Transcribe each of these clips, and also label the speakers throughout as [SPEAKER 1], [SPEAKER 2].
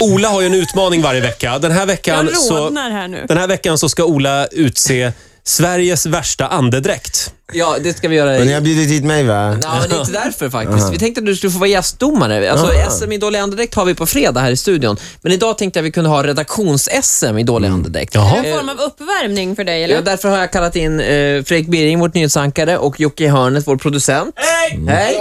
[SPEAKER 1] Ola har ju en utmaning varje vecka. Den här veckan,
[SPEAKER 2] Jag
[SPEAKER 1] så,
[SPEAKER 2] rodnar här nu.
[SPEAKER 1] den här veckan så ska Ola utse Sveriges värsta andedräkt.
[SPEAKER 3] Ja, det ska vi göra.
[SPEAKER 4] Men ni har bjudit hit mig va?
[SPEAKER 3] Nej, men det är inte därför faktiskt. Vi tänkte att du skulle få vara gästdomare. Alltså, SM i dålig andedräkt har vi på fredag här i studion. Men idag tänkte jag att vi kunde ha redaktions-SM i dålig andedräkt.
[SPEAKER 1] Jaha.
[SPEAKER 2] Är det en form av uppvärmning för dig eller?
[SPEAKER 3] Ja, därför har jag kallat in eh, Fredrik Birring, vårt nyhetsankare, och Jocke Hörnet, vår producent. Hej! Hej.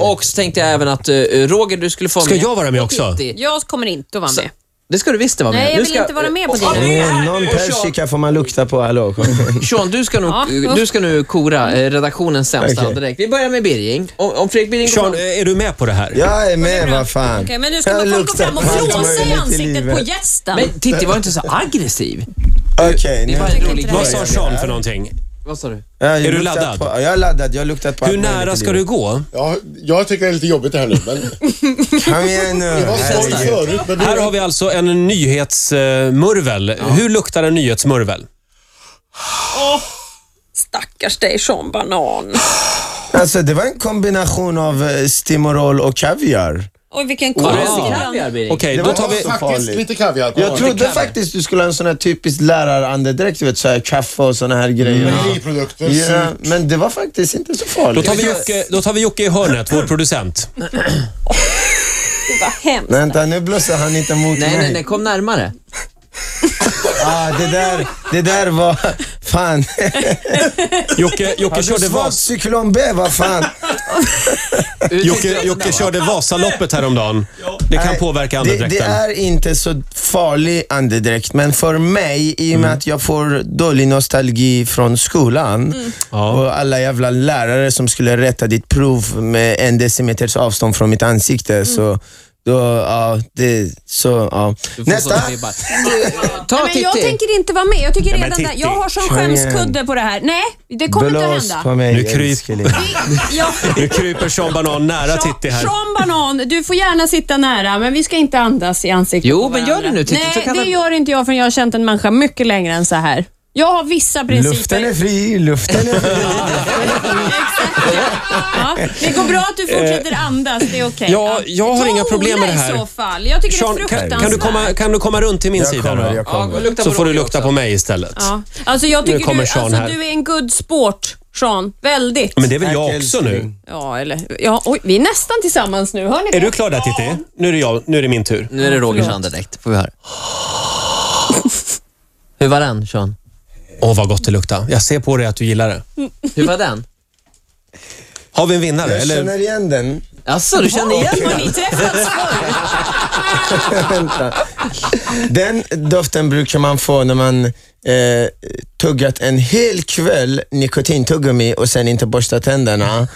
[SPEAKER 3] Och så tänkte jag även att eh, Roger, du skulle få
[SPEAKER 1] Ska jag vara med också?
[SPEAKER 3] Kitty.
[SPEAKER 2] Jag kommer inte att vara med.
[SPEAKER 3] Det ska du visst vara med.
[SPEAKER 2] Nej, jag
[SPEAKER 3] Du
[SPEAKER 2] vill
[SPEAKER 3] ska,
[SPEAKER 2] inte vara med på
[SPEAKER 3] och-
[SPEAKER 2] dina.
[SPEAKER 3] Ja, men-
[SPEAKER 4] Mm, någon persika får man lukta på, hallå. kom.
[SPEAKER 3] Sean, du ska, nog, eh,
[SPEAKER 2] Ja, usch.
[SPEAKER 3] du ska nu kora eh, redaktionens sämsta
[SPEAKER 4] Okej.
[SPEAKER 3] direkt. Vi börjar med Birring. Om, om Fredrik Birring går
[SPEAKER 1] Sean, eh,
[SPEAKER 3] fram-
[SPEAKER 1] är du med på det här?
[SPEAKER 4] Jag är med, vad fan.
[SPEAKER 2] Okej, men nu ska
[SPEAKER 4] Jag
[SPEAKER 2] man folk gå
[SPEAKER 4] luktar
[SPEAKER 2] fram och
[SPEAKER 4] på allt
[SPEAKER 2] flåsa i
[SPEAKER 4] möjligt i
[SPEAKER 2] ansiktet
[SPEAKER 4] livet.
[SPEAKER 2] på gästen.
[SPEAKER 3] Men Titti, var inte så aggressiv.
[SPEAKER 4] Okej,
[SPEAKER 3] Det
[SPEAKER 4] nu.
[SPEAKER 3] var en rolig
[SPEAKER 2] inte
[SPEAKER 1] Vad
[SPEAKER 3] grej.
[SPEAKER 1] sa Sean för någonting?
[SPEAKER 3] Vad sa du?
[SPEAKER 4] Jag har
[SPEAKER 1] Är du
[SPEAKER 4] luktat
[SPEAKER 1] laddad?
[SPEAKER 4] På, jag är laddad, jag har luktat på
[SPEAKER 1] Hur
[SPEAKER 4] allt möjligt
[SPEAKER 1] nära
[SPEAKER 4] i
[SPEAKER 1] ska du
[SPEAKER 4] livet.
[SPEAKER 1] gå?
[SPEAKER 5] Ja, jag tycker det är lite jobbigt det här nu, men
[SPEAKER 4] Kom igen nu.
[SPEAKER 5] det var skoj
[SPEAKER 4] herregud.
[SPEAKER 5] förut. Men nu,
[SPEAKER 1] Här har vi alltså en nyhetsmurvel. Hur luktar en nyhetsmurvel?
[SPEAKER 2] Stackars dig Sean Banan.
[SPEAKER 4] Alltså det var en kombination av eh, Stimorol och kaviar.
[SPEAKER 2] Oj, vilken
[SPEAKER 3] Var
[SPEAKER 2] konstig
[SPEAKER 3] det
[SPEAKER 2] grann.
[SPEAKER 3] kaviar, Birring?
[SPEAKER 1] Okej,
[SPEAKER 4] Det
[SPEAKER 1] då
[SPEAKER 4] var
[SPEAKER 1] tar vi...
[SPEAKER 4] så
[SPEAKER 5] faktiskt
[SPEAKER 4] farligt.
[SPEAKER 5] lite kaviar.
[SPEAKER 4] Jag trodde faktiskt du skulle ha en sån här typisk lärarandedräkt, du vet såhär kaffe och såna här grejer.
[SPEAKER 5] Mejeriprodukter,
[SPEAKER 4] Ja,
[SPEAKER 5] surt.
[SPEAKER 4] men det var faktiskt inte så
[SPEAKER 1] Mm. Då
[SPEAKER 4] farligt.
[SPEAKER 1] tar vi Jocke, då tar vi Jocke i hörnet, vår producent.
[SPEAKER 2] Gud, vad hemskt.
[SPEAKER 4] Vänta, nu blåser han inte mot
[SPEAKER 3] Nej,
[SPEAKER 4] mig.
[SPEAKER 3] nej, nej, kom närmare.
[SPEAKER 4] Ah, det, där, det där var... Fan.
[SPEAKER 1] Jocke, Jocke,
[SPEAKER 4] Har
[SPEAKER 1] körde,
[SPEAKER 4] du svårt
[SPEAKER 1] vas,
[SPEAKER 4] cyklon B? Vad fan?
[SPEAKER 1] Jocke, Jocke körde Vasaloppet häromdagen. Det kan
[SPEAKER 4] Nej,
[SPEAKER 1] påverka
[SPEAKER 4] det, det
[SPEAKER 1] andedräkten.
[SPEAKER 4] är inte så farlig andedräkt, men för mig, i och
[SPEAKER 1] Mm.
[SPEAKER 4] med att jag får dålig nostalgi från skolan
[SPEAKER 1] Ja.
[SPEAKER 4] och alla jävla lärare som skulle rätta ditt prov med en decimeters avstånd från mitt ansikte, så då, ja, det, så, ja. Nästa!
[SPEAKER 3] Ta
[SPEAKER 2] Nej, men jag
[SPEAKER 3] Titti.
[SPEAKER 2] tänker inte vara med. Jag tycker
[SPEAKER 1] men
[SPEAKER 2] redan där,
[SPEAKER 1] Titti,
[SPEAKER 2] jag har sån
[SPEAKER 4] kör igen.
[SPEAKER 2] skämskudde på det här. Nej, det kommer
[SPEAKER 4] Blås
[SPEAKER 2] inte att
[SPEAKER 4] på
[SPEAKER 2] hända.
[SPEAKER 4] mig,
[SPEAKER 1] Nu kryp-
[SPEAKER 4] älskling.
[SPEAKER 2] Jag,
[SPEAKER 1] Nu kryper Sean Banan nära Titti här.
[SPEAKER 2] Sean Banan, du får gärna sitta nära, men vi ska inte andas i ansiktet
[SPEAKER 3] Jo,
[SPEAKER 2] på
[SPEAKER 3] men
[SPEAKER 2] varandra.
[SPEAKER 3] gör det nu, Titti, så
[SPEAKER 2] Nej,
[SPEAKER 3] kan
[SPEAKER 2] det
[SPEAKER 3] den-
[SPEAKER 2] gör inte jag förrän jag har känt en människa mycket längre än så här. Jag har vissa principer.
[SPEAKER 4] Luften är fri, luften är fri.
[SPEAKER 2] Exakt. Ja, det går bra att du fortsätter andas, det är okej.
[SPEAKER 1] Eh, ja, jag har
[SPEAKER 2] Ta
[SPEAKER 1] inga problem med
[SPEAKER 2] Ola
[SPEAKER 1] det här.
[SPEAKER 2] i så fall. Jag tycker det
[SPEAKER 1] Sean,
[SPEAKER 2] är
[SPEAKER 1] kan,
[SPEAKER 2] fruktansvärt.
[SPEAKER 1] kan, du komma, kan du komma runt till min
[SPEAKER 4] Jag
[SPEAKER 1] sida
[SPEAKER 4] kommer,
[SPEAKER 1] då?
[SPEAKER 4] jag kommer.
[SPEAKER 3] lukta
[SPEAKER 1] Så får du
[SPEAKER 3] Roger
[SPEAKER 1] lukta
[SPEAKER 3] också.
[SPEAKER 1] på mig istället.
[SPEAKER 2] Ja. Alltså jag
[SPEAKER 1] Nu
[SPEAKER 2] tycker
[SPEAKER 1] kommer
[SPEAKER 2] du,
[SPEAKER 1] Sean
[SPEAKER 2] alltså,
[SPEAKER 1] här.
[SPEAKER 2] du är en good sport, Sean. Väldigt.
[SPEAKER 1] Men det är väl jag
[SPEAKER 4] Tack,
[SPEAKER 1] också nu?
[SPEAKER 4] älskling.
[SPEAKER 2] Ja, eller, ja, oj, vi är nästan tillsammans nu. Hör ni
[SPEAKER 1] Är du klar där Titti? Nu är det, jag, nu är det min tur.
[SPEAKER 3] Nu är det Rogers andedräkt. Får vi höra. Hur var den, Sean?
[SPEAKER 1] Åh, vad gott det luktar. Jag ser på dig att du gillar det.
[SPEAKER 3] Hur var den?
[SPEAKER 1] Har vi en vinnare?
[SPEAKER 4] Jag
[SPEAKER 1] Eller?
[SPEAKER 4] känner igen den.
[SPEAKER 3] Alltså, du kände igen
[SPEAKER 2] Har ni
[SPEAKER 3] den?
[SPEAKER 2] träffats förr?
[SPEAKER 4] Vänta. Den doften brukar man få när man eh, tuggat en hel kväll nikotintuggummi och sen inte borstat tänderna.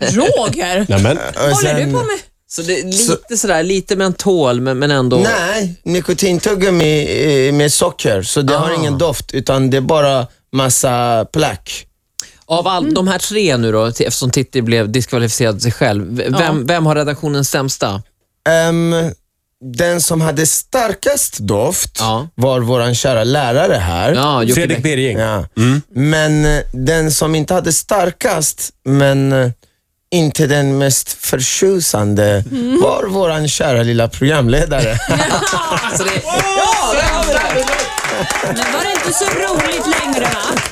[SPEAKER 2] Roger?
[SPEAKER 1] Nämen.
[SPEAKER 4] Och
[SPEAKER 2] Håller
[SPEAKER 4] sen,
[SPEAKER 2] du på med?
[SPEAKER 3] Så det är lite sådär, lite mentol, men, men ändå...
[SPEAKER 4] Nej, nikotintuggummi eh, med socker, så det har
[SPEAKER 3] Ah.
[SPEAKER 4] ingen doft utan det är bara massa plack.
[SPEAKER 3] Av all,
[SPEAKER 2] Mm.
[SPEAKER 3] de här tre nu då, till- eftersom Titti blev diskvalificerad sig själv, v- vem, vem har redaktionens sämsta?
[SPEAKER 4] Ehm, den som hade starkast doft
[SPEAKER 3] Ja.
[SPEAKER 4] var våran kära lärare här.
[SPEAKER 3] Ja, Jocke
[SPEAKER 1] Fredrik
[SPEAKER 3] Bäck.
[SPEAKER 1] Birging.
[SPEAKER 4] Ja. Men eh, den som inte hade starkast, men eh, inte den mest förtjusande, var våran kära lilla programledare.
[SPEAKER 3] Så det- Ja, där har vi det!
[SPEAKER 2] Men var det inte så roligt längre va?